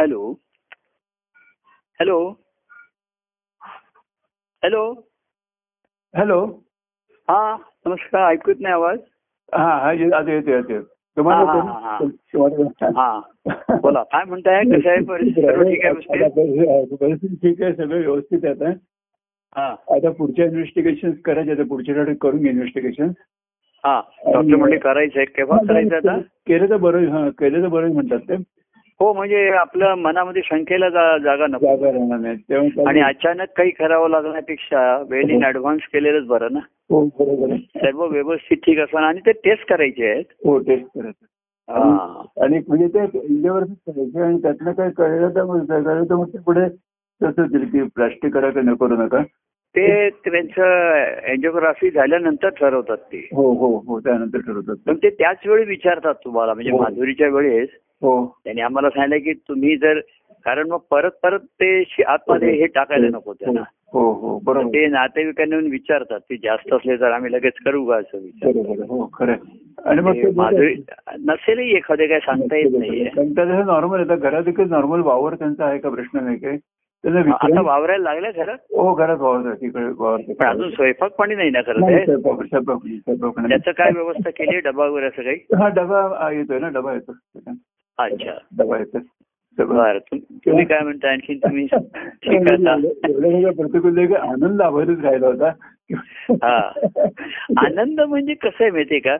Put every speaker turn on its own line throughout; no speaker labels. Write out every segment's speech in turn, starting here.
Hello hello hello
hello
हा नमस्कार ऐकूत नाही आवाज
हा हा ये- आता येतो येतो येतो.
हा, हा, हा, हा.
तुम्हाला
हा बोला काय म्हणताय कसं आहे परिस्थिती सर्व ठीक आहे व्यवस्थित?
परिस्थिती ठीक आहे सगळं व्यवस्थित आहे आता
हा
आता पुढच्या इन्व्हेस्टिगेशन करायचे आता पुढच्या आठवड्यात करून घे इन्व्हेस्टिगेशन
हा डॉक्टर म्हणले करायचंय केव्हा करायचं आता
केलं तर बरं हा, केलं तर बरं म्हणतात ते
हो म्हणजे आपल्या मनामध्ये शंकेला जा- जागा नको
जागा राहणार नाही
आणि
त्यामुळे
अचानक काही करावं लागण्यापेक्षा वेल इन ऍडव्हान्स केलेलंच बरं ना
हो बरोबर आहे.
सर्व व्यवस्थित ठीक असणार आणि ते टेस्ट करायचे आहेत
हो टेस्ट करायचं
हा.
आणि म्हणजे ते इंडियावरच करायचे आणि त्यातनं काय कळलं तर मग कळलं तर मग ते पुढे तसं होतील की प्लास्टिक करा का न करू नका
ते त्यांचं एन्जिओग्राफी झाल्यानंतर ठरवतात ते
हो हो हो त्यानंतर ठरवतात
पण ते त्याच वेळी विचारतात तुम्हाला म्हणजे
हो.
माधुरीच्या वेळेस
हो
त्यांनी आम्हाला सांगितलं की तुम्ही जर कारण मग परत परत ते शि- आतमध्ये हे टाकायला नको त्यांना
हो हो
तर
बरोबर
ते नातेवाईकांना येऊन विचारतात ते जास्त असले तर आम्ही लगेच करू का असं विचार
बरोबर हो खरं आहे. आणि मग
ते
ते
माधुरी नसेलही एखादे काय सांगता येत नाहीये
त्यांचं नॉर्मल आहे आता घरात एकच नॉर्मल वावर त्यांचा आहे का प्रश्न नाही काय त्यांना
आता
विचार
वावरायला लागलं खरं
हो घरात वावर आहे, तिकडे वावर आहे.
पण अजून स्वयंपाक पाणी नाही ना खरं
नाही,
ते
स्वयंपाक- स्वयंपाक नाही, स्वयंपाक नाही.
त्याचं काय व्यवस्था केली आहे? डबा वगैरे असं काही
हा डबा आ, येतोय ना डबा येतो
अच्छा
डबा येतो सगळं-
बरं तुम- तुम्ही काय म्हणता आणखी तुम्ही ठीक
एवढं-
आता
एवढं सगळं प्रतिकूल आहे की आनंद आभारीच राहिला होता
हा आनंद म्हणजे कसं आहे माहितीये का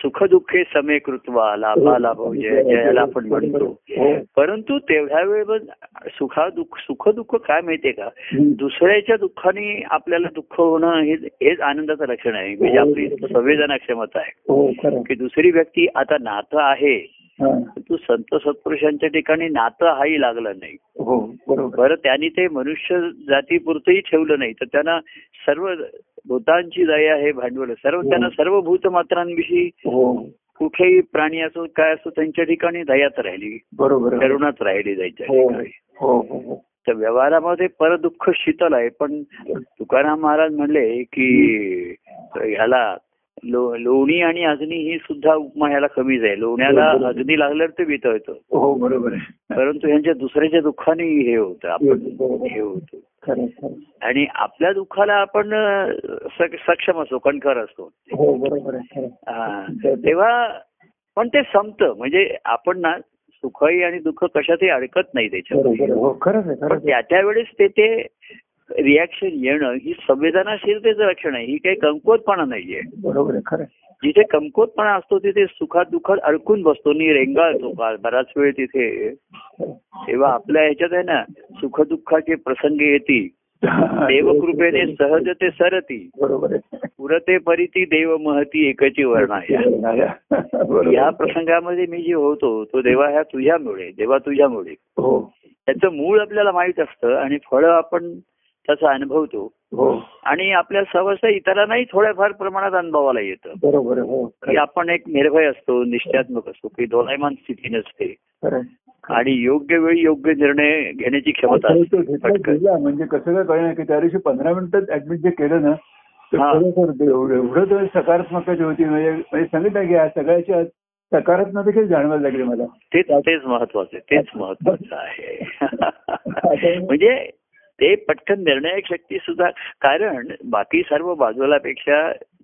सुख दुःखे समे कृत्वा लाभा लाभो जय जयाला आपण म्हणतो
हो.
परंतु तेवढ्या वेळ सुखा दुःख सुख दुःख काय माहितीये का
हो,
दुसऱ्याच्या दुःखाने आपल्याला दुःख होणं हे हेच आनंदाचं लक्षण आहे म्हणजे आपली संवेदना क्षमता आहे
हो खरं आहे.
की दुसरी व्यक्ती आता नातं आहे
हा.
तू संत सत्पुरुषांच्या ठिकाणी नातं हाही लागलं नाही
हो बरोबर
बरं त्यांनी ते मनुष्य जातीपुरतंही ठेवलं नाही तर त्यांना सर्व भूतांची दया हे भांडवल सर्व त्यांना सर्व भूतमात्रांविषयी
हो
कुठेही प्राणी असो काय असो त्यांच्या ठिकाणी दयाच राहिली
बरोबर आहे.
करुणाच राहिली त्यांच्या
हो
ठिकाणी
हो हो हो.
तर व्यवहारामध्ये पर दुःख शीतल आहे पण तुकाराम महाराज म्हणले की ह्याला लो- लोणी आणि अग्नी ही सुद्धा उपमा ह्याला कमी जाईल लोण्याला अग्नी लागल्यावर ते वितळतं
हो बरोबर आहे
परंतु यांच्या दुसऱ्याच्या दुःखाने हे होतं आपण हे होतो
हो, खरं आहे, खरं आहे.
आणि आपल्या दुःखाला आपण अ, स- सक्षम असतो कणखर असतो
हो बरोबर आहे खरं आहे.
हा. तेव्हा पण ते संपतं म्हणजे आपण ना सुखही आणि दुःख कशातही अडकत नाही त्याच्यामध्ये
बरोबर आहे. हो खरंच आहे
पण
खरंच आहे.
त्या त्या वेळेस ते ते रिॲक्शन येणं ही संवेदनाशीलतेचं लक्षण आहे ही काही कमकुवतपणा नाहीये
बरोबर आहे खरं आहे.
जिथे कमकुवतपणा असतो तिथे सुखात दुःखात अडकून बसतो नि रेंगाळतो का- बराच वेळ तिथे
खरं आहे.
तेव्हा आपल्या ह्याच्यात आहे ना सुखदुःखाचे प्रसंग येतील देवकृपेने सहज ते सरती
बरोबर आहे
पुरते परिती देव महती एकची वर्णाया
बरोबर.
या प्रसंगामध्ये मी जे होतो तो देवा ह्या तुझ्यामुळे देवा तुझ्यामुळे
हो
त्याचं मूळ आपल्याला माहित असतं आणि फळं आपण त्याचा अनुभवतो
हो
आणि आपल्या सहसा इतरांनाही थोड्याफार प्रमाणात अनुभवाला येतं
बरोबर आहे. हो
की
खरं आहे.
आपण एक निर्भय असतो निश्चयात्मक असतो की दोलायमान स्थिती नसते
खरं आहे.
आणि योग्य वेळी योग्य निर्णय घेण्याची क्षमता
तो
असते
घेतला
पटकन
गेला म्हणजे कसं काय कळलं की त्या दिवशी पंधरा मिनिटात ऍडमिट जे केलं ना ते
हा.
खरोखर ते एवढं एवढं तर सकारात्मकता होती म्हणजे म्हणजे सांगितलं की या सगळ्याच्या आत सकारात्मक देखील जाणवायला लागली मला
तेच तेच महत्वाचं आहे तेच महत्वाचं आहे म्हणजे ते पटकन निर्णायक शक्ती सुद्धा कारण बाकी सर्व बाजूलापेक्षा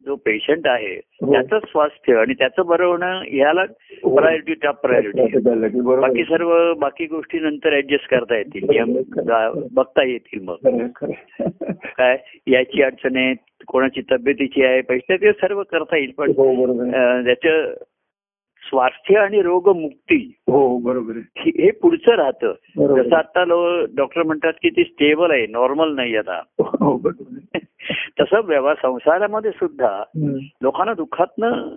जो पेशंट आहे
हो.
त्याचं स्वास्थ्य आणि त्याचं बरं होणं याला प्रायोरिटी टॉप प्रायोरिटी
जाणवायला लागली बरोबर
बाकी सर्व बाकी गोष्टी नंतर ऍडजस्ट करता येतील नियम जा- बघता येतील मग
खरं आहे, खरं आहे.
काय याची अडचण आहे कोणाची तब्येतीची आहे पैसे ते सर्व करता येईल पण
हो बरोबर आहे.
अं, त्याचं स्वास्थ्य आणि रोगमुक्ती
हो बरोबर आहे
हे हे पुढचं राहतं
बरोबर
जसं
आहे.
आता डॉक्टर म्हणतात की ती स्टेबल आहे नॉर्मल नाही आता
हो बरोबर आहे.
तसं व्यवहार संसारामध्ये सुद्धा
हम्म.
लोकांना दुःखातनं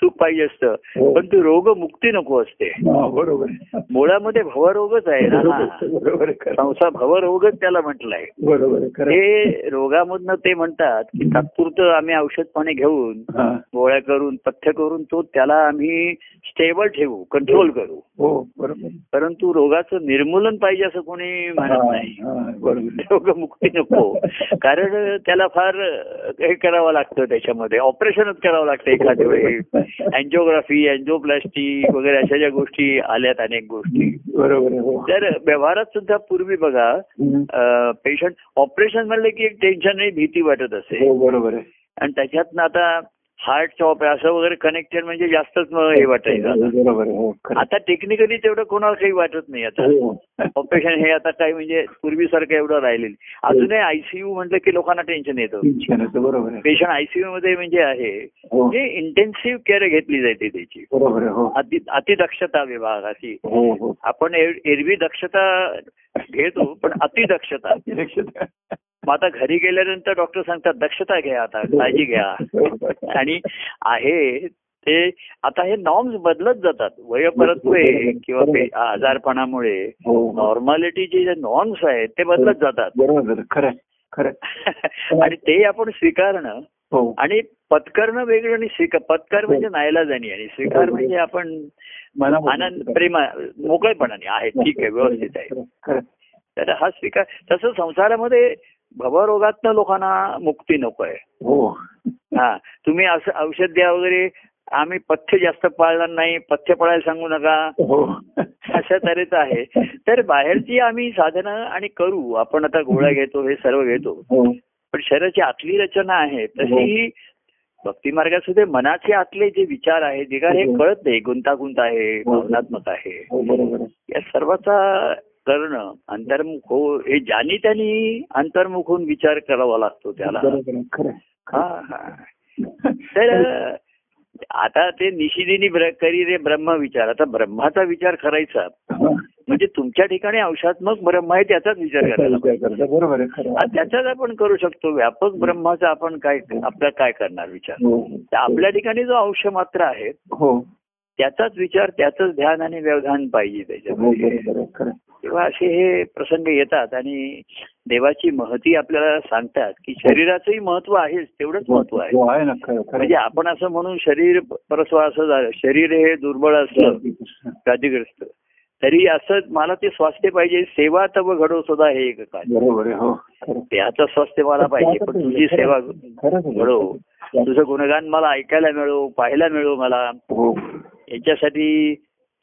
सुख पाहिजे असतं
हो.
पण ती रोगमुक्ती नको असते
हा, बरोबर आहे.
मुळामध्ये भवरोगच आहे ना
बरोबर
हा.
आहे, बरोबर आहे, खरं आहे.
संसार भवरोगच त्याला म्हटलंय
बरोबर आहे खरं आहे.
ते रोगामधनं ते म्हणतात की तात्पुरतं आम्ही औषध पाणी घेऊन
हा
गोळ्या करून पथ्य करून तो त्याला आम्ही स्टेबल ठेवू कंट्रोल करू
हो बरोबर
परंतु रोगाचं निर्मूलन पाहिजे असं कोणी म्हणत नाही
हा, हा, बरोबर
रोगमुक्ती नको कारण त्याला फार हे करावं लागतं त्याच्यामध्ये ऑपरेशनच करावं लागतं एखाद्या वेळी अँजिओग्राफी अँजिओप्लास्टी वगैरे अशा ज्या गोष्टी आल्यात अनेक गोष्टी
बरोबर आहे, हो
तर व्यवहारात सुद्धा पूर्वी बघा
हम्म.
पेशंट ऑपरेशन म्हणलं की एक टेन्शन आणि भीती वाटत असे
हो बरोबर आहे
आणि त्याच्यातनं आता हार्टचं ऑपरेशन वगैरे कनेक्टेड म्हणजे जास्तच मग हे वाटायचं
हो, बरोबर आहे हो खरं.
आता टेक्निकली तेवढं कोणाला काही वाटत नाही आता
हो,
ऑपरेशन हे आता काय म्हणजे पूर्वीसारखं एवढं राहिलेलं अजूनही आयसीयू म्हटलं की लोकांना टेन्शन येतं
छान आहे, बरोबर आहे
पेशंट आयसीयू मध्ये म्हणजे आहे
हो
म्हणजे इंटेन्सिव्ह केअर घेतली जाते त्याची
बरोबर आहे हो
अति अतिदक्षता विभाग अशी
हो हो
आपण एर- एरवी दक्षता घेतो पण अतिदक्षता
लक्षात आहे.
मग आता घरी गेल्यानंतर डॉक्टर सांगतात दक्षता घ्या आता काळजी घ्या आणि आहे ते आता हे नॉर्म्स बदलत जातात वयपरत्वे किंवा पे- आजारपणामुळे
हो हो.
नॉर्मॅलिटी जे नॉर्म्स आहेत ते बदलत जातात
बरोबर आहे, खरं आहे, खरं आहे.
आणि ते आपण स्वीकारणं
हो
आणि पत्करणं वेगळं आणि स्वीकार पत्कार म्हणजे नायला जाणी आणि स्वीकार म्हणजे आपण
मला
आनंद प्रेमा मोकळेपणाने आहे ठीक आहे व्यवस्थित आहे
खरं आहे.
तर हा स्वीकार तसं संसारामध्ये भवरोगातनं लोकांना मुक्ती नको आहे
हो
हा तुम्ही असं औषध द्या वगैरे आम्ही पथ्य जास्त पाळणार नाही पथ्य पाळायला सांगू नका
हो
अशा तऱ्हेचं आहे तर बाहेरची आम्ही साधनं आणि करू आपण आता गोळ्या घेतो हे सर्व घेतो
हो
पण शरीराची आतली रचना आहे तशी ही भक्ती मार्गात सुद्धा मनाचे आतले जे विचार आहेत जे काय हे कळत नाही गुंतागुंत आहे भावनात्मक आहे
हो बरोबर आहे
या सर्वाचा करणं अंतर्मुख हो हे ज्यानी त्यांनी अंतर्मुख होऊन विचार करावा लागतो त्याला
बरोबर आहे खरं आहे.
हा हा तर आता ते निशिदिनी ब्र- करी रे ब्रह्म विचार आता ब्रह्माचा विचार करायचा
हा.
म्हणजे तुमच्या ठिकाणी अंशात्मक ब्रह्म आहे त्याचाच विचार करायला
विचार हो. करतो. बरोबर आहे खरं
हा,
आहे.
त्याचाच आपण करू शकतो व्यापक ब्रह्माचा आपण काय आपला काय करणार विचार
हो
तर आपल्या ठिकाणी जो अंश मात्र आहे
हो
त्याचाच विचार त्याचंच ध्यान आणि व्यवधान पाहिजे
हो
त्याच्यामध्ये
बरोबर आहे खरं आहे.
तेव्हा असे हे प्रसंग येतात आणि देवाची महती आपल्याला सांगतात की शरीराचंही महत्व आहेच तेवढंच महत्व आहे
हो आहे ना खरं खरं
म्हणजे आपण असं म्हणून शरीर परस्वा असं झालं शरीर हे दुर्बळ असलं
हो.
व्याधीग्रस्त तरी असं मला ते स्वास्थ्य पाहिजे सेवा तव घडो सुद्धा हे एक काय
बरोबर आहे हो खरं
त्याचं स्वास्थ्य मला पाहिजे पण तुझी सेवा
खरंच म्हणजे आहे.
घडो तुझं गुणगान मला ऐकायला मिळो पाहायला मिळो मला
हो
याच्यासाठी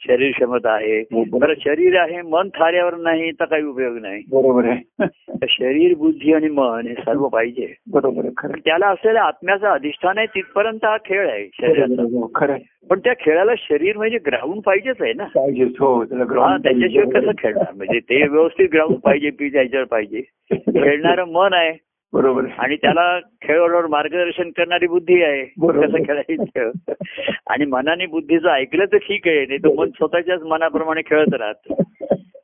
शरीर क्षमता आहे बरं शरीर आहे मन थाऱ्यावर नाही तर काही उपयोग नाही
बरोबर आहे
तर शरीर बुद्धी आणि मन हे सर्व पाहिजे
बरोबर आहे खरं
पण त्याला असलेल्या आत्म्याचं अधिष्ठान आहे तिथपर्यंत हा खेळ आहे शरीराचा
बरोबर आहे. हो, खरं आहे.
पण त्या खेळाला शरीर म्हणजे ग्राउंड पाहिजेच आहे ना
पाहिजेच हो त्याला
हा
ग्राउंड
त्याच्याशिवाय कसं खेळणार म्हणजे ते व्यवस्थित ग्राउंड पाहिजे पी त्याच्यावर पाहिजे खेळणारं मन आहे
बरोबर आहे.
आणि त्याला खेळाडूवर मार्गदर्शन करणारी बुद्धी आहे
बरोबर.
कसं खेळायचं आणि मनाने बुद्धीचं ऐकलं तर ठीक आहे नाही तर मन स्वतःच्याच मनाप्रमाणे खेळत राहत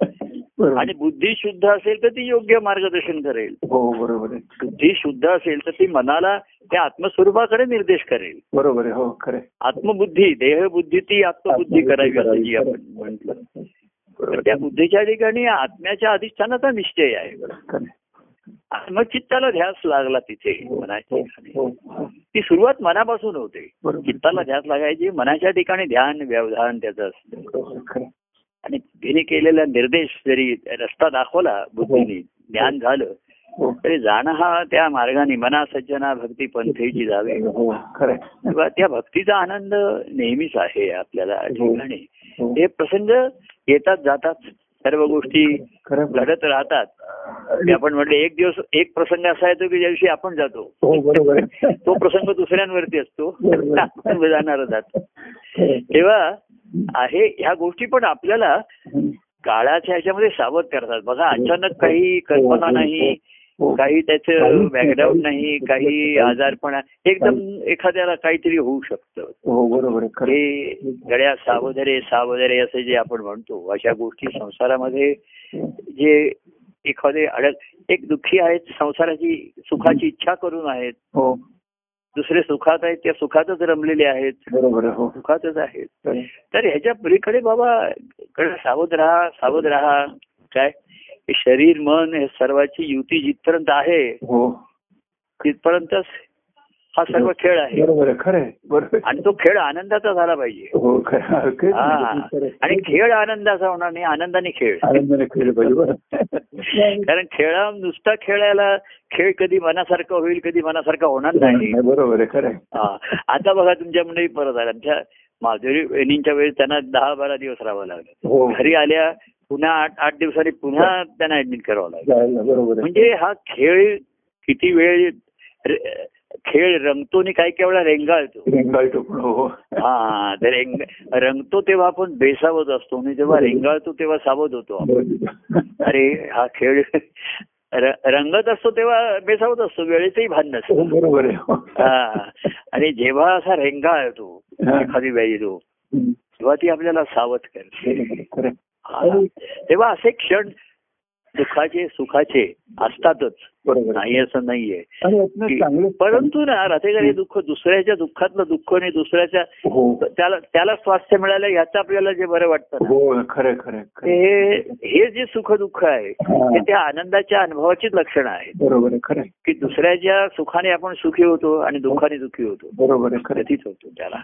बरोबर.
आणि बुद्धी शुद्ध असेल तर ती योग्य मार्गदर्शन करेल
हो बरोबर आहे
बुद्धी शुद्ध असेल तर ती मनाला त्या आत्मस्वरूपाकडे निर्देश करेल
बरोबर आहे हो खरं आहे.
आत्मबुद्धी देहबुद्धी ती आत्मबुद्धी करावी असं जी आपण म्हटलं तर
बरोबर
त्या बुद्धीच्या ठिकाणी आत्म्याच्या अधिष्ठानाचा निश्चय आहे
खरं आहे.
आत्मचित्ताला ध्यास लागला तिथे मनाच्या ठिकाणी
हो, हो.
ती सुरुवात मनापासून होते
बरोबर
चित्ताला ध्यास लागायची मनाच्या ठिकाणी ध्यान व्यवधान त्याचं असतं
बरोबर आहे. खरं आहे.
आणि बुद्धीने केलेला निर्देश जरी रस्ता दाखवला बुद्धीने ध्यान झालं
हो
तरी जाणं हा त्या मार्गाने मना सज्जना भक्ती पंथेची जावे
हो खरं आहे.
तेव्हा त्या भक्तीचा आनंद नेहमीच आहे आपल्याला ठिकाणी
हो.
हे प्रसंग येतात जातात सर्व गोष्टी
खरं आहे.
घडत राहतात ते आपण म्हटलं एक दिवस एक प्रसंग असा येतो की ज्या दिवशी आपण जातो
हो बरोबर आहे.
तो प्रसंग दुसऱ्यांवरती असतो
बरोबर.
आपण जाणार जातो
खरं आहे.
तेव्हा आहे ह्या गोष्टी पण आपल्याला
हम्म.
काळाच्या ह्याच्यामध्ये सावध करतात बघा अचानक काही कल्पना नाही
हो.
काही त्याचं बॅकग्राऊंड नाही काही आजारपणा एकदम एखाद्याला काहीतरी होऊ शकतं
हो बरोबर आहे खरं आहे.
हे गड्या सावधरे सावधरे असे जे आपण म्हणतो अशा गोष्टी संसारामध्ये जे एखादे अडक एक दुःखी आहेत संसाराची सुखाची इच्छा करून आहेत
हो
दुसरे सुखात आहेत त्या सुखातच रमलेले आहेत
बरोबर आहे हो
सुखातच आहेत
खरं आहे.
तर ह्याच्या पलीकडे बाबा कडे सावध राहा सावध राहा काय हे शरीर मन हे सर्वाची युती जिथपर्यंत आहे
हो
तिथपर्यंतच हा सर्व खेळ आहे
बरोबर आहे खरं आहे बरोबर आहे.
आणि तो खेळ आनंदाचा झाला पाहिजे
हो खरं आहे. खरं
हा
आहे.
आणि खेळ आनंदाचा होणार नाही आनंदाने खेळ
आनंदाने खेळलं पाहिजे बरं
कारण खेळा नुसता खेळायला खेळ कधी मनासारखा होईल कधी मनासारखा होणार नाही
नाही, बरोबर आहे खरं आहे.
हा. आता बघा तुमच्या मुली परत आल्या आमच्या माधुरी बहिणींच्या वेळी त्यांना दहा बारा दिवस राहावं लागलं
हो
घरी आल्या पुन्हा आठ आठ दिवसांनी पुन्हा त्यांना ऍडमिट करावं लागलं
जायला बरोबर आहे
म्हणजे हा खेळ किती वेळ रे- खेळ रंगतो आणि काही काही वेळा रेंगाळतो
रेंगाळतो पण हो
हा ते रेंग रंगतो तेव्हा आपण बेसावत असतो आणि जेव्हा रेंगाळतो तेव्हा सावध होतो आपण अरे हा खेळ र- रंगत असतो तेव्हा बेसावत असतो वेळेचंही भान
हो,
नसतं
बरोबर आहे हो.
हा. आणि जेव्हा असा रेंगाळतो
हा.
एखादी वेळेलो
हम्म.
तेव्हा ती आपल्याला सावध करते
बरोबर आहे, खरं आहे.
हा. तेव्हा असे क्षण सुखाचे सुखाचे असतातच
बरोबर आहे.
नाही असं नाहीये
आणि यातनं
की-
चांगलं
परंतु ना राहतेकर हे दुःख दुसऱ्याच्या दुःखातलं दुःख आणि दुसऱ्याच्या
हो
त्याला त्याला स्वास्थ्य मिळालं ह्याचं आपल्याला जे बरं वाटतं ना,
हो खरं खरं
ते हे जे सुख दुःख आहे ते त्या आनंदाच्या अनुभवाचीच लक्षणं आहेत
बरोबर आहे खरं आहे.
की दुसऱ्याच्या सुखाने आपण सुखी होतो आणि दुःखाने दुःखी होतो
बरोबर आहे खरं हो. आहे.
कधीच होतो त्याला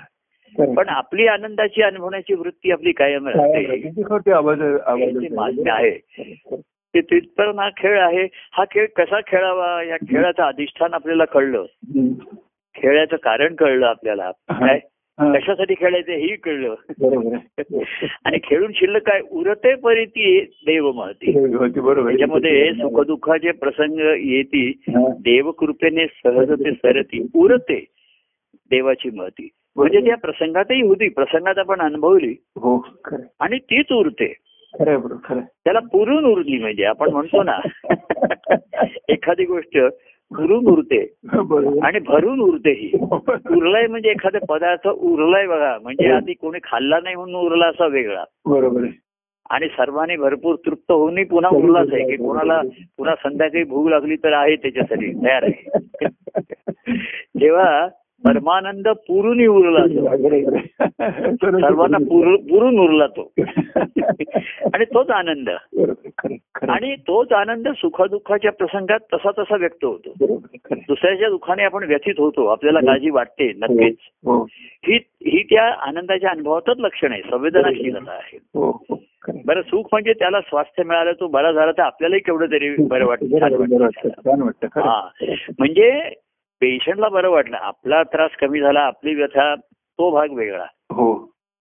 खरं आहे.
पण आपली आनंदाची अनुभवण्याची वृत्ती आपली कायम
काय-
राहते
किती खोटे आवाज आवाज
हे जे मान्य आहे ते तिथपर्यंत हा खेळ आहे हा खेळ कसा खेळावा या खेळाचं अधिष्ठान आपल्याला कळलं
हम्म.
खेळाचं कारण कळलं आपल्याला
हा.
काय
हा,
कशासाठी खेळायचं हेही कळलं
बरोबर आहे
आणि खेळून शिल्लक काय उरते परी ती देव महती
होती, बरोबर आहे.
त्याच्यामध्ये सुखदुःखाचे प्रसंग येती
हा,
देवकृपेने सहज ते सरती उरते देवाची महती म्हणजे त्या प्रसंगातही होती प्रसंगात आपण अनुभवली
हो खरं आहे.
आणि तीच उरते
खरं आहे, बरोबर खरं आहे.
त्याला पुरून उरली म्हणजे आपण म्हणतो ना एखादी गोष्ट पुरून उरते
बरोबर
आणि भरून उरते ही उरलाय म्हणजे एखादा पदार्थ उरलाय बघा म्हणजे आधी कोणी खाल्ला नाही म्हणून उरला असा वेगळा
बरोबर आहे.
आणि सर्वांनी भरपूर तृप्त होऊनही पुन्हा उरलाच आहे की कोणाला पुन्हा संध्याकाळी भूक लागली तर आहे त्याच्यासाठी तयार आहे जेव्हा परमानंद पुरून
lah,
उरला तो.
बरोबर आहे.
सर्वांना पुर- पुरून उरला तो
बरोबर
आणि तोच आनंद
आहे, खरं आहे, खरं आहे.
आणि तोच आनंद सुखदुःखाच्या प्रसंगात तसा तसा व्यक्त होतो
बरोबर आहे, खरं आहे.
दुसऱ्याच्या दुःखाने आपण व्यथित होतो आपल्याला काळजी वाटते नक्कीच
हो
ही ही त्या आनंदाच्या अनुभवातच लक्षण आहे संवेदनाशीलता आहे
हो हो खरं आहे.
बरं सुख म्हणजे त्याला स्वास्थ्य मिळालं तो बरा झाला तर आपल्यालाही केवढं तरी बरं वाटतं छान
बरोबर,
वाटतं
बरोबर,
आपल्याला.
छान वाटतं खरं आहे.
हा म्हणजे पेशंटला बरं वाटलं आपला त्रास कमी झाला आपली व्यथा तो भाग वेगळा
हो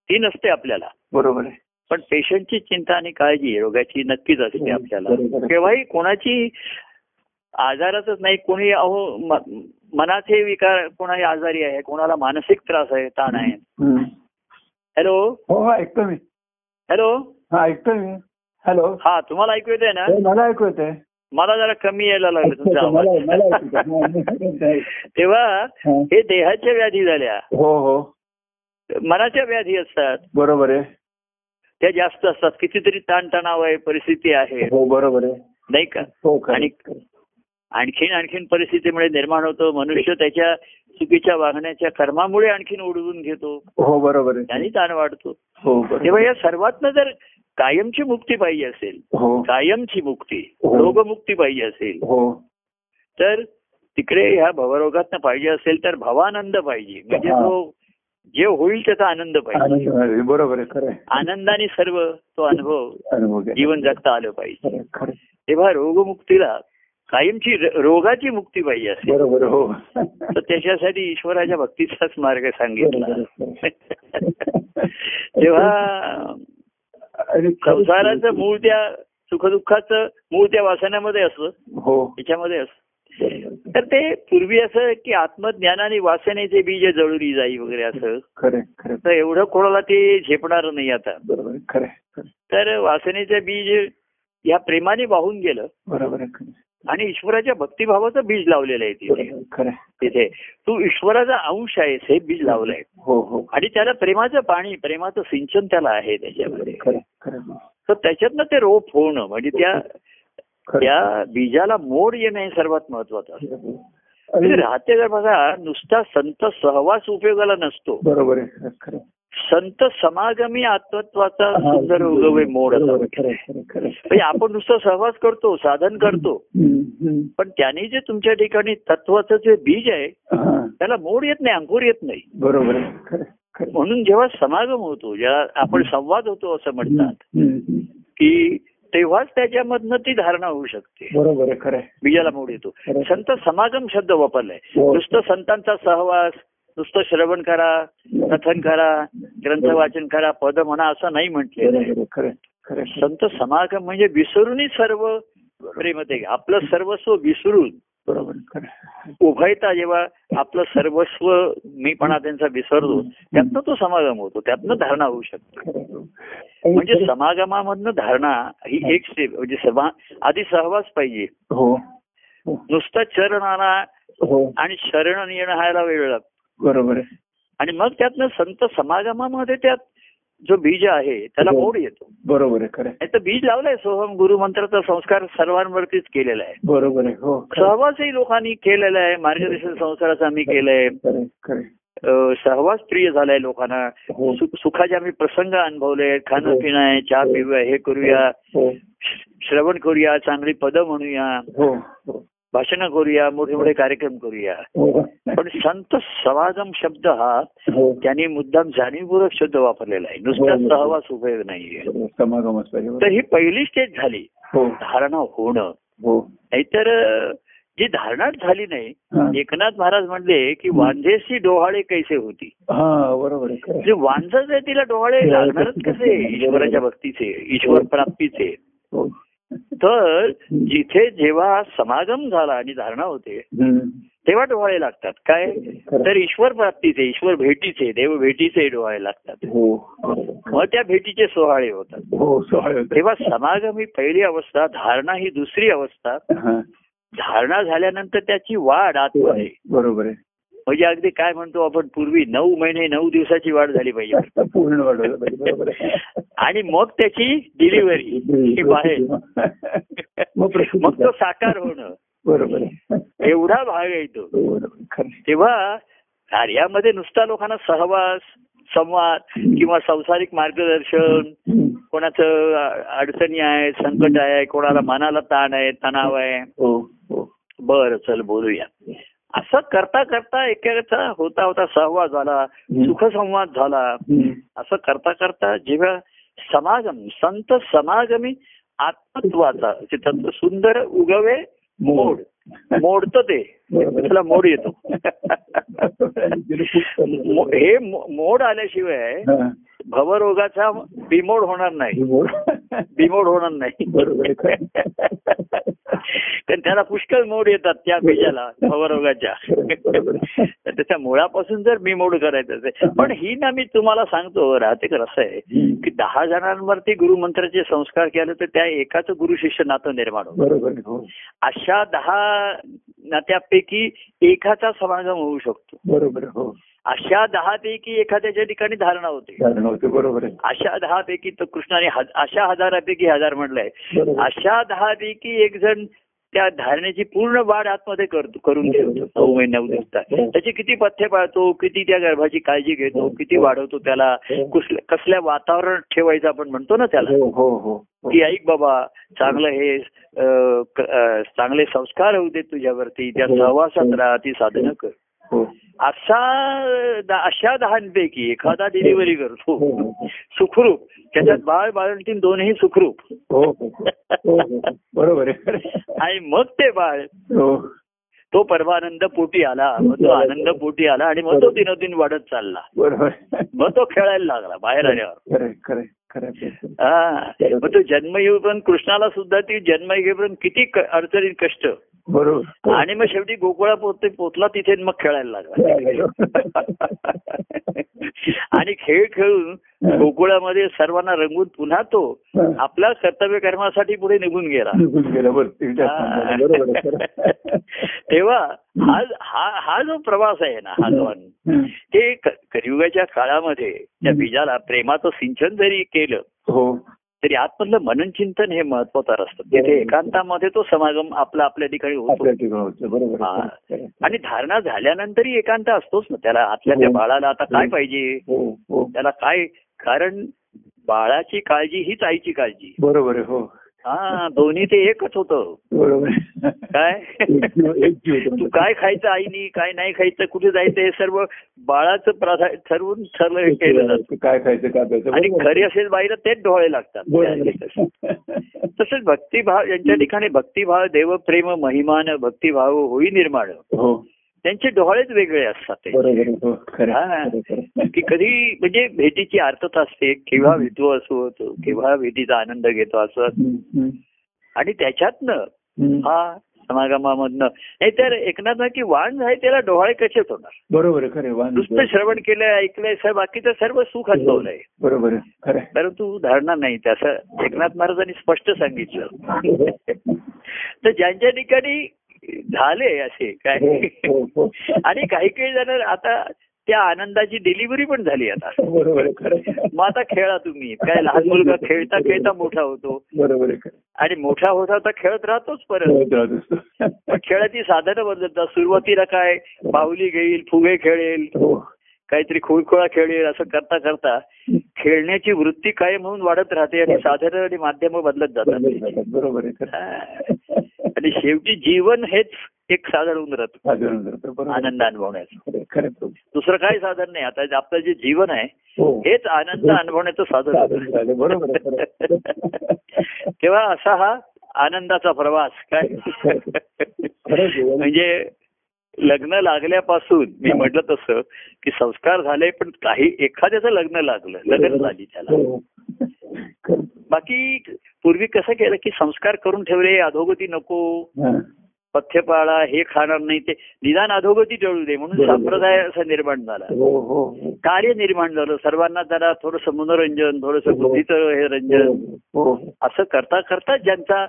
ती नसते आपल्याला
बरोबर आहे
पण पेशंटची चिंता आणि काळजी रोगाची नक्कीच असते
हो, बरोबर
आपल्याला
आहे.
केव्हाही कोणाची आजारातच नाही कोणी अहो म- मनाचे विकार कोणाही आजारी आहे कोणाला मानसिक त्रास आहे ताण आहे
हम्म.
हॅलो
हो हो ऐकतो मी
हॅलो
हा ऐकतो मी हॅलो
हा तुम्हाला ऐकू येते ना
हो, मला ऐकू येतंय
मला जरा कमी यायला लागलं तुमचा
अच्छा, मला- मला ऐकू येतंय.
आवाज
हा,
तेव्हा
हा.
हे देहाच्या व्याधी झाल्या
हो हो
मनाच्या व्याधी असतात
बरोबर आहे
त्या जास्त असतात कितीतरी ताणतणाव आहे परिस्थिती आहे
हो बरोबर आहे
नाही का
हो खरं
आणि- आणखीन आणखीन परिस्थितीमुळे निर्माण होतो मनुष्य त्याच्या चुकीच्या वागण्याच्या कर्मामुळे आणखीन ओढवून घेतो
हो बरोबर आहे
त्यांनी ताण वाढतो
हो बरोबर
तेव्हा या सर्वातनं जर कायमची मुक्ती पाहिजे असेल
हो
कायमची मुक्ती
हो.
रोगमुक्ती पाहिजे असेल
हो
तर तिकडे ह्या भवरोगातनं पाहिजे असेल तर भवानंद पाहिजे म्हणजे
हा.
तो जे होईल त्याचा आनंद पाहिजे
आनंद आहे, बरोबर आहे खरं आहे
आनंदाने सर्व तो अनुभव
अनुभव घ्या.
जीवन जगता आलं पाहिजे
खरं आहे, खरं आहे.
तेव्हा रोगमुक्तीला कायमची र- रोगाची मुक्ती पाहिजे असेल
बरोबर हो
तर त्याच्यासाठी ईश्वराच्या भक्तीचाच मार्ग सांगितला
बरोबर आहे.
तेव्हा
आणि खरं-
संसाराचं मूळ त्या सुखदुःखाचं मूळ त्या वासनामध्ये असतं
हो
त्याच्यामध्ये असतं
बरोबर आहे.
तर ते पूर्वी असं की आत्मज्ञानाने वासनेचे बीज जळुरी जाई वगैरे असं
खरं आहे, खरं आहे.
तर एवढं कोणाला ते झेपणार नाही आता
बरोबर आहे, खरं आहे, खरं आहे.
तर वासनेचं बीज या प्रेमाने वाहून गेलं
बरोबर आहे खरं आहे.
आणि ईश्वराच्या भक्तिभावाचं बीज लावलेलं आहे तिथे
बरोबर आहे, खरं आहे.
तिथे तू ईश्वराचा अंश आहेस हे बीज लावलंय
हो हो
आणि त्याला प्रेमाचं पाणी प्रेमाचं सिंचन त्याला आहे त्याच्यामध्ये
खरं आहे, खरं आहे.
तर त्याच्यातनं ते रोप होणं म्हणजे त्या
खरं आहे.
त्या बीजाला मोड येणं हे सर्वात महत्वाचं असतं
आणि-
राहते जर बघा नुसता संत सहवास उपयोगाला नसतो
बरोबर आहे खरं- खरं
संत समागमी आत्मत्वाचा
हा,
सुंदर उगवे मोड असा
बरोबर,
म्हटलंय.
खरं, खरं, खरं.
म्हणजे आपण नुसतं सहवास करतो साधन करतो
हम्म, हम्म.
पण त्याने जे तुमच्या ठिकाणी तत्वाचं जे बीज आहे
हा,
त्याला मोड येत नाही अंकुर येत नाही
बरोबर आहे. खरं, खरं.
म्हणून जेव्हा समागम होतो ज्याला आपण संवाद होतो असं म्हणतात
हम्म, हम्म.
की तेव्हाच त्याच्यामधनं ती धारणा होऊ शकते
बरोबर आहे, खरं आहे.
बीजाला मोड येतो
खरं.
संत समागम शब्द वापरलाय
हो.
नुसतं संतांचा सहवास नुसतं श्रवण करा कथन करा ग्रंथ वाचन करा पद म्हणा असं नाही म्हटलेलं आहे
बरोबर आहे, खरं आहे, खरं आहे.
संत समागम म्हणजे विसरूनही सर्व प्रेम ते आपलं सर्वस्व विसरून
बरोबर आहे, खरं आहे.
उभयता जेव्हा आपलं सर्वस्व मीपणा त्यांचा विसरतो त्यातनं तो समागम होतो त्यातनं धारणा होऊ शकते
खरं आहे. आणि
म्हणजे
खरं-
समागमामधनं धारणा ही एक स्टेप म्हणजे सभा आधी सहवास पाहिजे
हो हो,
नुसता चरण आणा
हो
आणि शरण येणायला वेळ लागतो
बरोबर आहे
आणि मग त्यातनं संत समागमामध्ये त्यात जो बीज आहे त्याला
हो.
मोड येतो
बरोबर आहे खरं आहे.
नाही तर बीज लावलाय सोहम गुरुमंत्राचा संस्कार सर्वांवरतीच केलेला आहे
बरोबर आहे हो खरं आहे.
सहवासही लोकांनी केलेला आहे मार्गदर्शन संसाराचं आम्ही केलंय
खरं आहे, खरं आहे.
अ, सहवास प्रिय झालाय लोकांना
हो
सु- सुखाचे आम्ही प्रसंग अनुभवले आहेत. खाणं
हो.
पिणं आहे चहा
हो.
पिऊया हे करूया
हो
श्रवण करूया चांगली पदं म्हणूया
हो हो
भाषणं करूया मोठे मोठे कार्यक्रम करूया
हो
पण संत समागम शब्द हा
हो
त्यांनी मुद्दाम जाणीवपूर्वक शब्द वापरलेला आहे नुसता
हो, हो.
सहवास उपयोग नाहीये
समागमच पाहिजे
तर
बरोबर.
ही पहिली स्टेज झाली
हो
धारणा होणं
हो
नाहीतर अ, जी धारणा झाली नाही
हा.
एकनाथ महाराज म्हणले की वांझेशी डोहाळे कैसे होती म्हणजे
हा बरोबर आहे खरं
जे
आहे.
वांझच आहे तिला डोहाळे
हो.
लागणारच कसे ईश्वराच्या भक्तीचे ईश्वर प्राप्तीचे
हो
तर जिथे जेव्हा हा समागम झाला आणि धारणा होते
हम्म.
तेव्हा डोहाळे लागतात काय
खरं.
तर ईश्वर प्राप्तीचे ईश्वर भेटीचे देव भेटीचे डोहाळे लागतात
हो बरोबर.
मग त्या भेटीचे सोहाळे होतात
हो सोहळे होते
तेव्हा समागम ही पहिली अवस्था धारणा ही दुसरी अवस्था
हा.
धारणा झाल्यानंतर त्याची वाढ
हो.
आतमध्ये
बरोबर आहे
म्हणजे अगदी काय म्हणतो आपण पूर्वी नऊ महिने नऊ दिवसाची वाढ झाली पाहिजे
जास्त पूर्ण वाढवलं पाहिजे बरोबर आहे
आणि मग त्याची डिलिव्हरी ही बाहेर
मग प्रसिद्धी.
मग तो साकार होणं
बरोबर आहे
एवढा भाग आहे तो
बरोबर आहे. खरं आहे.
तेव्हा कार्यामध्ये नुसता लोकांना सहवास संवाद किंवा संसारिक मार्गदर्शन
हम्म.
कोणाचं अ- अडचणी आहे संकट आहे कोणाला मनाला ताण आहे तणाव आहे
हो हो
बरं चल बोलूया असं करता करता एकेकाचा होता होता सहवास झाला सुखसंवाद झाला
हम्म.
असं करता करता जेव्हा समागम संत समागमी आत्मत्वाचा जे तत्व सुंदर उगवे मोड मोडतं ते
बरोबर आहे.
त्याला मोड येतो
गेलं खूप चाललं.
मो- हे मो- मोड आल्याशिवाय
हा.
भवरोगाचा बिमोड होणार नाही
हे बोल.
बिमोड होणार नाही
बरोबर आहे खरं आहे.
कारण त्याला पुष्कळ मोड येतात त्या बीजाला भवरोगाच्या
बरोबर आहे.
तर त्याच्या मुळापासून जर बिमोड करायचं असेल पण ही ना मी तुम्हाला सांगतो राहतेकर असं आहे की
हम्म.
दहा जणांवरती गुरुमंत्राचे संस्कार केले तर त्या एकाच गुरु शिष्य नातं निर्माण होतं
बरोबर आहे हो
अशा दहा नात्यापैकी एकाचा समागम होऊ शकतो
बरोबर आहे हो
अशा दहा पैकी एखाद्याच्या ठिकाणी धारणा होते
कारण होते बरोबर आहे
अशा दहा पैकी तर कृष्णाने हज- अशा हजारापैकी हजार म्हटलंय
बरोबर आहे.
अशा दहा पैकी एक जण त्या धारणेची पूर्ण वाढ आतमध्ये करतो करून ठेवतो नऊ महिने नऊ दिवसात त्याची किती पथ्य पाळतो किती त्या गर्भाची काळजी घेतो किती वाढवतो त्याला कुसल्या कसल्या वातावरण ठेवायचं आपण म्हणतो ना त्याला
हो हो हो हो.
की ऐक बाबा चांगलं हे अं, क- अं, चांगले संस्कार होऊ दे तुझ्यावरती त्या सहवासात राहा ती साधनं कर
हो
असा द- अशा दहांपैकी एखादा डिलिव्हरी करतो
हो, हो, हो.
सुखरूप त्याच्यात बाळ बाळंटीन दोनही सुखरूप
हो, हो, हो. हो, हो. बरोबर आहे खरं आहे.
आणि मग ते बाळ
हो
तो परमानंद पोटी आला मग तो आनंद पोटी आला आणि मग तो दिनोदिन वाढत चालला
बरोबर आहे.
मग तो खेळायला लागला बाहेर आल्यावर
खरं आहे, खरं आहे, खरं आहे, खरं आहे.
हा. मग तो जन्म येऊपर्यंत कृष्णाला सुद्धा ती जन्म येईपर्यंत किती क- अडचणीत कष्ट
बरोबर
आणि मग शेवटी गोकुळा पोहोचते पोचला तिथे आणि मग खेळायला लागला आणि खेळ खेळून गोकुळामध्ये सर्वांना रंगून पुन्हा तो आपला कर्तव्य कर्मासाठी पुढे निघून गेला
निघून गेलं बरं ते विचार सांगा. बरोबर आहे, खरं आहे.
तेव्हा हा हा- हा जो प्रवास आहे ना हा जो अनु-
हं.
ते क- कलियुगाच्या काळामध्ये त्या बीजाला प्रेमाचं सिंचन जरी केलं
हो
तरी आतमधलं मनन चिंतन हे महत्वाचं असतं तिथे एकांतामध्ये तो समागम आपला आपल्या ठिकाणी होतो
आपल्या ठिकाण होतं बरोबर
हा.
आहे. खरं आहे.
आणि धारणा झाल्यानंतरही एकांत असतोच ना त्याला आतल्या त्या
हो.
बाळाला आता काय पाहिजे
हो हो
त्याला काय कारण बाळाची काळजी हीच आईची काळजी
बरोबर आहे हो
हा दोन्ही ते एकच होतं
बरोबर आहे.
काय
एक जीव- एक जीव होतो.
तू काय खायचं आईनी काय नाही खायचं कुठे जायचं हे सर्व बाळाचं प्राधान्य ठरवून ठरलं हे केलं जातं
काय खायचं काय प्यायचं
आणि
बरोबर
खरी असेल बाईला तेच डोळे
बरोबर
लागतात
आहे.
तसंच भक्तिभाव ज्यांच्या ठिकाणी भक्तिभाव देवप्रेम महिमान भक्तिभाव होई निर्माण
हो
त्यांचे डोळेच वेगळे असतात ते.
बरोबर आहे. हो खरं
हा.
आहे. खरं आहे.
की कधी म्हणजे भेटीची अर्थता असते केव्हा भेटू असो होतो केव्हा भेटीचा आनंद घेतो असं
हम्म, हम्म,
आणि त्याच्यातनं
हम्म.
हा समागमामधनं नाही तर एकनाथ की वाण आहे त्याला डोहाळे कसेच होणार
बरोबर आहे खरे वान
नुसतं श्रवण केलंय ऐकलंय सर बाकीचं सर्व सुख अनुभवलंय
बरोबर आहे खरं आहे.
परंतु धारणा नाही त्याचं एकनाथ महाराजांनी स्पष्ट
हो,
सांगितलं तर ज्यांच्या ठिकाणी झाले असे काय
हो, हो, हो.
आणि काही काही जण आता त्या आनंदाची डिलिव्हरी पण झाली आता
बरोबर आहे खरं आहे.
मग आता खेळा तुम्ही काय लहान मुलगा खेळता खेळता मोठा होतो
बरोबर आहे हो, खरं
आणि मोठा होता होता खेळत राहतोच परत
खेळत राहत असतो.
पण खेळाची साधनं बदलतात सुरुवातीला काय पावली घेईल फुगे खेळेल
हो
काहीतरी खोळखोळा खेळेल असं करता करता खेळण्याची वृत्ती कायम म्हणून वाढत राहते आणि साधनं आणि माध्यम बदलत
बरोबर
जातात
आहे, बरोबर आहे खरं
हा. आणि शेवटी जीवन हेच एक साधन होऊन राहतं
साधारण करतो, बरोबर आहे.
आनंद अनुभवण्याचं
खरं आहे, खरं आहे.
दुसरं काही साधन नाही आता जे आपलं जे जीवन आहे
हो
हेच आनंद अनुभवण्याचं साधन
साधारण
होतं.
झालं, बरोबर आहे, खरं आहे.
तेव्हा असा हा आनंदाचा प्रवास काय
खरंच आहे.
म्हणजे लग्न लागल्यापासून मी म्हटलं तसं की संस्कार झाले पण काही एखाद्याचं लग्न लागलं लग्न झाली त्याला
हो. खरं.
बाकी पूर्वी कसं केलं की संस्कार करून ठेवले अधोगती नको
हा.
पथ्यपाळा हे खाणार नाही ते निदान अधोगती टळू दे म्हणून
बरोबर.
संप्रदाय असा निर्माण झाला
हो हो हो.
कार्य निर्माण झालं सर्वांना जरा थोडस मनोरंजन थोडस
हो.
बुद्धीचं हे रंजन
हो
असं करता करता ज्यांचा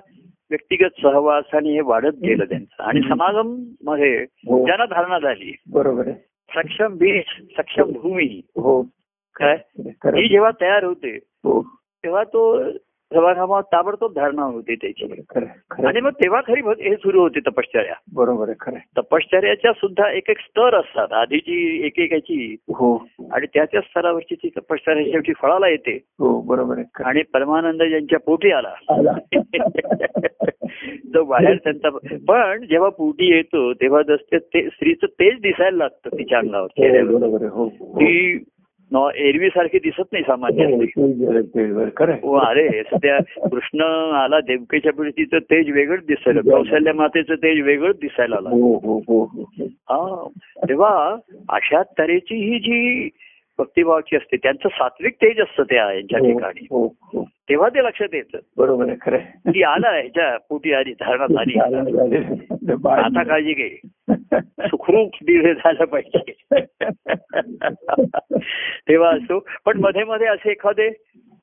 व्यक्तिगत सहवास आणि हे वाढत गेलं त्यांचं आणि समागम मध्ये
हो
ज्यांना धारणा झाली
बरोबर आहे
सक्षम बीज सक्षम भूमी
हो
काय
खरं
ही
आहे.
जेव्हा तयार होते
हो
तेव्हा तो समागमात ताबडतोब धारणा होते त्याची
खरं आहे, खरं आहे. हो,
आणि मग तेव्हा खरी भक्- हे सुरू होते तपश्चर्या
बरोबर आहे खरं आहे.
तपश्चर्याच्या सुद्धा एक एक स्तर असतात आधीची एकेकाची
हो
आणि त्याच्या स्तरावरची ती तपश्चर्या शेवटी फळाला येते
हो बरोबर आहे खरं
आणि परमानंद ज्यांच्या पोटी आला
आला.
जो बाहेर त्यांचा पण जेव्हा पोटी येतो तेव्हा जसं ते स्त्रीचं तेज दिसायला लागतं तिच्या अंगावर
आहे. हो,
चेहऱ्यावर
बरोबर आहे हो हो.
ती एरवी सारखी दिसत नाही सामान्य
हो,
स्त्री.
तेच झालं, तेच झालं. खरं आहे.
ओ हो, अरे सध्या कृष्ण आला देवकेच्या पुढे तिचं तेज वेगळंच दिसायला लागलं. कौशल्य मातेचं तेज वेगळंच दिसायला लागलं
हो हो हो हो.
हा तेव्हा अशा तऱ्हेची ही जी भक्तिभावाची असते त्यांचं सात्विक तेज असतं त्या यांच्या ठिकाणी
हो हो
तेव्हा ते लक्षात येतं
बरोबर आहे खरं आहे.
की आला ह्याच्या पोटी आली धारणा झाली
झालं, झालं. बाळ.
आता काळजी घे सुखरूप दिवे झालं पाहिजे तेव्हा असो पण मध्ये मध्ये असे एखादे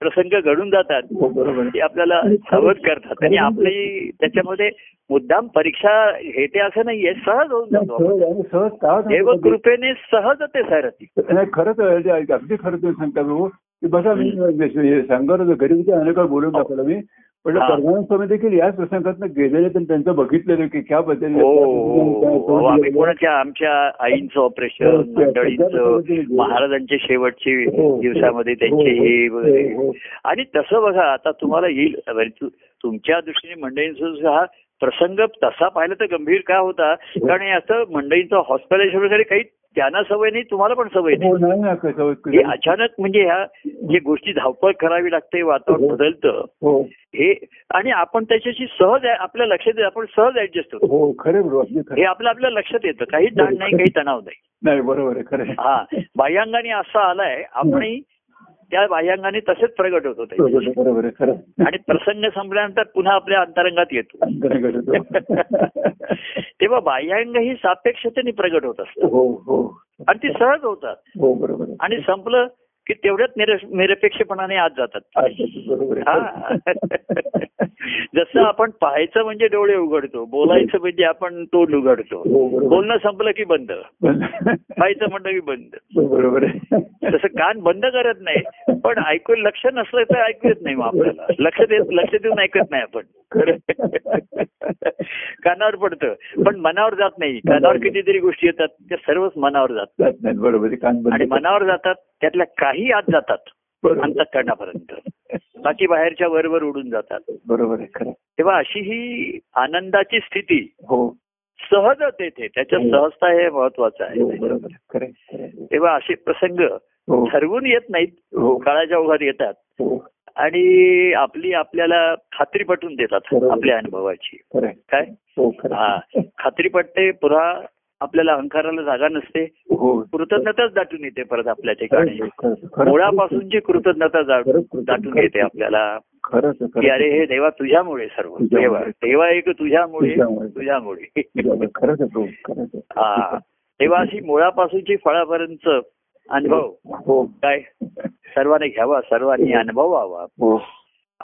प्रसंग घडून जातात
हो, बरोबर
ते
आहे.
आपल्याला सावध करतात आणि आपली त्याच्यामध्ये मुद्दाम परीक्षा घेते असं नाहीये सहज होऊन
नाही,
जातो
सहज आहे, सहज का होतं?
देव कृपेने सहज ते सारथी
नाही, खरंच आहे, जे आहे, अगदी खरं तुम्ही सांगता भाऊ की बसा मी सांगत होतो घरी होते अनेक वेळा बोलून दाखवलं मी पण
हा.
परमानंद स्वामी देखील याच प्रसंगात गेलेले तर त्यांचं बघितलेलं की क्या बद्दल
हो, हो हो. आम्ही कोणाच्या आमच्या आईंचं
हो,
ऑपरेशन मंडळींचं महाराजांचे शेवटचे दिवसामध्ये
हो,
त्यांचे हे वगैरे आणि तसं बघा आता तुम्हाला येईल अरे तु- तुमच्या दृष्टीने मंडळींचा जो हा प्रसंग तसा पाहिला तर गंभीर का होता कारण हे असं मंडळींचं हॉस्पिटल वगैरे काही त्यांना सवय नाही तुम्हाला पण सवय नाही
हो नाही ना कसं
हे अचानक म्हणजे ह्या जे गोष्टी धावपळ करावी लागते वातावरण बदलतं
हो
हे आणि आपण त्याच्याशी सहज आहे- आपल्या लक्षात येतं, आपण सहज ऍडजस्ट होतो
हो खरे बरोबर अगदी खरं
हे आपलं आपल्या लक्षात येतं काही ताण नाही काही तणाव नाही
नाही बरोबर आहे खरं आहे.
हा बाह्यांगाने असा आलाय आपण त्या बाह्यांगाने तसेच प्रगट होतो ते
बरोबर आहे, बरोबर आहे खरं आहे.
आणि प्रसंग संपल्यानंतर पुन्हा आपल्या अंतरंगात येतो
अंतरा घडत आहे.
तेव्हा बाह्यांग ही सापेक्षतेने प्रगट होत असतात
हो हो
आणि ती सहज होतात
हो बरोबर आहे.
आणि संपलं की तेवढ्याच निरपेक्षपणाने आत जातात
अच्छा, बरोबर आहे
हा. जसं आपण पाहायचं म्हणजे डोळे उघडतो बोलायचं म्हणजे आपण तोंड उघडतो
हो, बरोबर.
बोलणं संपलं की बंद
पण-
पाहायचं म्हणलं की बंद
बरोबर आहे
तसं कान बंद करत नाही पण ऐकू लक्ष नसलं तर ऐकू येत नाही मग आपल्याला लक्ष देत लक्ष देऊन ऐकत नाही आपण
खरं.
कानावर पडतं पण मनावर जात नाही कानावर कितीतरी गोष्टी येतात त्या सर्वच मनावर जातात
जात नाहीत बरोबर आहे. कान बंद
आणि मनावर जातात त्यातल्या काही आत जातात
बरोबर
अंतकरणापर्यंत बाकी बाहेरच्या वरवर उडून जातात
बरोबर आहे खरं
तेव्हा अशी ही आनंदाची स्थिती
हो
सहजच येते त्याच्यात सहजता हे महत्वाचं
हो,
आहे
बरोबर आहे. खरं आहे, खरं आहे.
तेव्हा असे प्रसंग
हो
ठरवून येत नाहीत
हो
काळाच्या ओघात येतात
हो
आणि आपली आपल्याला खात्री पटवून देतात
बरोबर.
आपल्या अनुभवाची
खरं आहे.
काय
हो खरं आहे.
हा. खात्री पटते पुन्हा आपल्याला अहंकाराला जागा नसते
हो
कृतज्ञताच दाटून येते परत आपल्या
खरं
ठिकाणी
आहे, खरं आहे, खरं आहे.
मुळापासूनची कृतज्ञता जा-
खरं आहे,
दाटून येते आपल्याला
खरंच
की
आहे, खरंच
अरे
आहे.
हे देवा तुझ्यामुळे सर्व
तुझ्यामुळे.
देवा देवा एक तुझ्यामुळे
तुझ्यामुळे.
तुझ्यामुळे
बरोबर, म्हणजे खरंच आहे प्रभू, खरंच आहे.
हा तेव्हा अशी मुळापासूनची फळापर्यंत अनुभव
हो
काय सर्वांनी घ्यावा सर्वांनी अनुभवावा
हो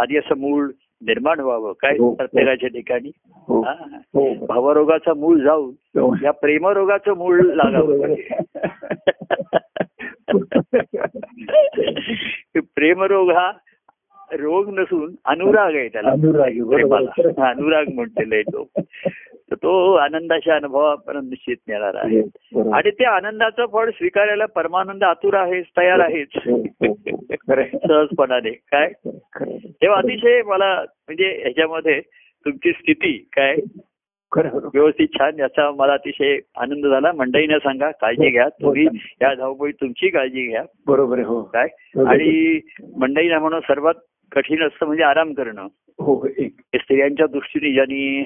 आधी असं मूळ निर्माण व्हावं काय
हो.
प्रत्येकाच्या ठिकाणी
हो
हा.
हो
भावरोगाचा मूळ जाऊन या प्रेमरोगाचं मूळ लागावं प्रेमरोग हा रोग नसून अनुराग आहे त्याला
अनुराग आहे, बरोबर.
प्रेमाला. हा, अनुराग म्हटलेला आहे तो तर तो आनंदाच्या अनुभवापर्यंत निश्चित नेणार आहे
हो, बरोबर.
आणि त्या आनंदाचं फळ स्वीकारायला परमानंद आतुर आहेच तयार आहेच
हो, हो, हो. खरं आहे.
सहजपणाने काय
खरं आहे.
तेव्हा अतिशय मला म्हणजे ह्याच्यामध्ये तुमची स्थिती काय
खरं आहे, बरोबर.
व्यवस्थित छान याचा मला अतिशय आनंद झाला मंडईनं सांगा काळजी घ्या
हो,
तुम्ही या धावपळीत तुमची काळजी घ्या
बरोबर आहे हो
काय आणि मंडईना म्हणून सर्वात कठीण असतं म्हणजे आराम करणं
हो एक
हे स्त्रियांच्या दृष्टीने ज्यांनी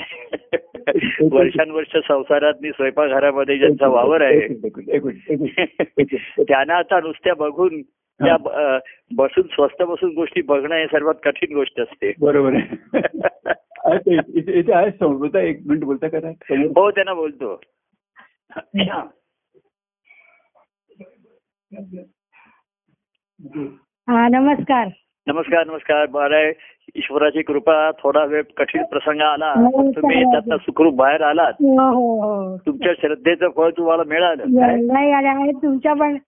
वर्षानुवर्ष संसारात आणि स्वयंपाकघरामध्ये
हो,
ज्यांचा वावर आहे
एक मिनिट, एक मिनिट, एक मिनिट, एक मिनिट.
त्यांना आता नुसत्या बघून त्या अ, बसून स्वस्त बसून गोष्टी बघणं हे सर्वात कठीण गोष्ट असते
बरोबर आहे आता इथे- इथे इथे आहे समोर बोलता एक मिनिट बोलता का नाही? समोर
हो त्यांना बोलतो हो.
हा नमस्कार
नमस्कार नमस्कार बरं आहे ईश्वराची कृपा थोडा वेळ कठीण प्रसंग आला पण तुम्ही त्यातनं सुखरूप बाहेर आलात
हो हो हो
तुमच्या श्रद्धेचं फळ तुम्हाला मिळालं काय?
नाही आल्या आहेत तुमच्या पण
नाही,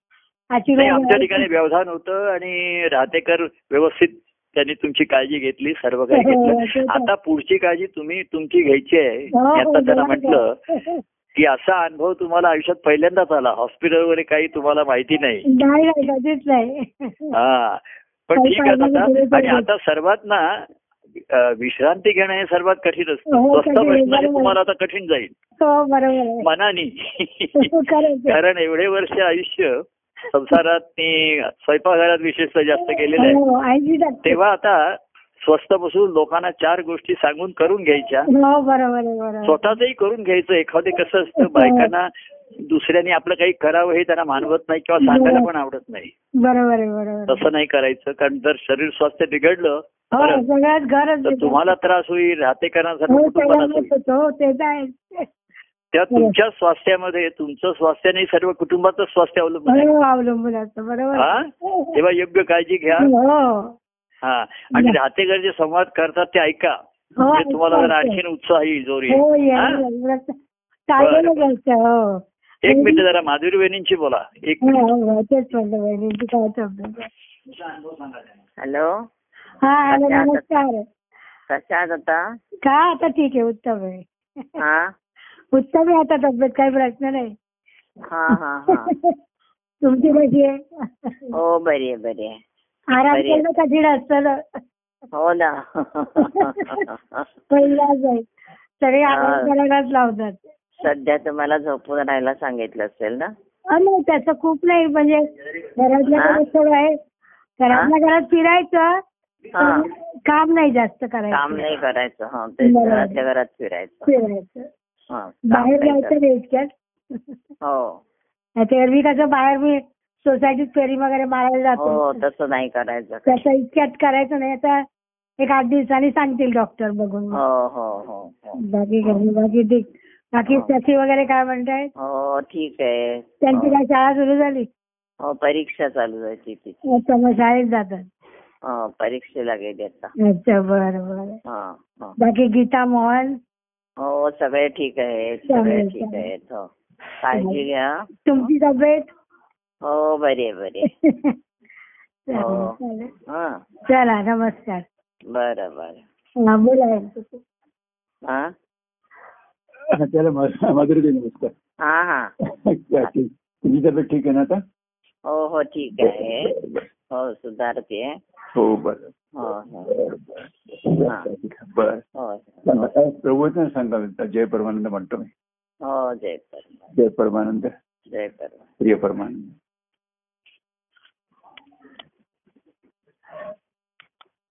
आशीर्वाद
आमच्या
आहे.
ठिकाणी व्यवधान होतं आणि राहतेकर व्यवस्थित त्यांनी तुमची काळजी घेतली सर्व काही
हो, ते
घेतलं
तर.
आता पुढची काळजी तुम्ही तुमची घ्यायची आहे
हो,
मी
हो,
आता त्यांना
बरोबर.
म्हटलं की असा अनुभव तुम्हाला आयुष्यात पहिल्यांदाच आला हॉस्पिटल वगैरे काही तुम्हाला माहिती नाही
नाही नाही कधीच नाही हो,
हा पण
काही
ठीक आहे
हो, पाहिलं नाही,
दादा आणि
बरोबर.
आता सर्वात ना अ, विश्रांती घेणं हे सर्वात कठीण असतं
हो,
स्वस्त
कठीण,
प्रश्न
बरोबर.
तुम्हाला आता कठीण जाईल
हो बरोबर
मनाने
आहे खरंच आहे.
कारण एवढे वर्ष आयुष्य संसारात आणि स्वयंपाकघरात विशेषतः जास्त गेलेलं आहे
हो, ऐंशी टक्के.
तेव्हा आता स्वस्त बसून लोकांना चार गोष्टी सांगून करून घ्यायच्या
हो बरोबर आहे बरोबर
स्वतःचही करून घ्यायचं एखादे कसं असतं बायकांना दुसऱ्यांनी आपलं काही करावं हे त्यांना मानवत नाही किंवा सांगायला पण आवडत नाही
बरोबर आहे बरोबर आहे.
तसं नाही करायचं कारण जर शरीर स्वास्थ्य बिघडलं
हो
बरं.
सगळ्यात गरज
तर
आहे.
तुम्हाला त्रास होईल राहतेकरांसाठी
हो
कुटुंबाला
सगळ्यांनाच
होईल
होतो. हो ते तर आहे
त्या तुमच्या स्वास्थ्यामध्ये तुमचं स्वास्थ्य नाही सर्व कुटुंबाचं स्वास्थ्य अवलंबून आहे
बरोबर हो, अवलंबून असतं बरोबर
हा?
आहे. हो
तेव्हा योग्य काळजी घ्या हा आणि राहतेकर जे संवाद करतात ते ऐका
हो
म्हणजे तुम्हाला जरा
ऐकते.
आणखीन उत्साह येईल जोर
हो
येईल हा?
या चालेल
बरं.
हो
एक मिनिट जरा माधुरी वहिनींशी बोला एक
हो,
मिनिट
हो, हो, तेच म्हणलं बहिणींची काय तब्येत आहे.
हॅलो
हा हॅलो
अच्छा,
नमस्कार
कशा आहात आता
का आता ठीक आहे उत्तम आहे
हा
उत्तम आहे आता तब्येत काही प्रश्न नाही
हा हा हा
तुमची कशी आहे
हो बरी आहे बरी आहे
आराम
बरी आहे.
केलं कठीण असतं ना.
हो ना
पहिलाच आहे सगळे
हा.
आराम करायलाच लावतात
सध्या तुम्हाला झोपून राहायला सांगितलं असेल ना
अं, नाही त्याचं खूप नाही म्हणजे घरातल्या
हा?
घरात थोडं आहे घरातल्या घरात फिरायचं
हा
पण काम नाही जास्त
काम
करायचं
नाही करायचं हा ते
बरोबर.
घरातल्या घरात फिरायचं
फिरायचं
हा, काम
बाहेर
नाही
जायचं नाही इतक्यात
करायचं. हो
आता एरवी कसं बाहेर मी सोसायटीत फेरी वगैरे मारायला
हो
जातो
तसं नाही करायचं
त्याचं इतक्यात करायचं नाही आता एक आठ दिवसांनी सांगतील डॉक्टर बघून
हो हो हो हो
बाकी घरी बाकी ठीक बाकी
हो.
त्याची वगैरे काय म्हणताय
हो ठीक आहे
त्यांची
हो.
काय शाळा सुरू झाली
हो परीक्षा चालू आहे तिची
आता मग शाळेत जातात
अ, परीक्षेला गेली आता
अच्छा बर बर
हा, हा.
बाकी गीता मोहन
हो सगळे ठीक आहेत सगळे
चालेल,
ठीक
चालेल.
आहेत हो काळजी घ्या
तुमची तब्येत
हो बरी आहे बरी आहे
चालेल, चालेल.
हा
चला नमस्कार
बरं बरं
हा, बोला
हा
हा, त्याला मा- माधुरीताई नमस्कार
हा हा
तुमची तब्येत ठीक आहे ना आता
हो हो ठीक आहे हो सुधारते
हो बरं
हो हो हा.
बरं
हो
सांगा, काय प्रवचन सांगा मी. जय परमानंद म्हणतो मी
हो जय परमानंद
जय परमानंद
जय परमानंद
प्रिय परमानंद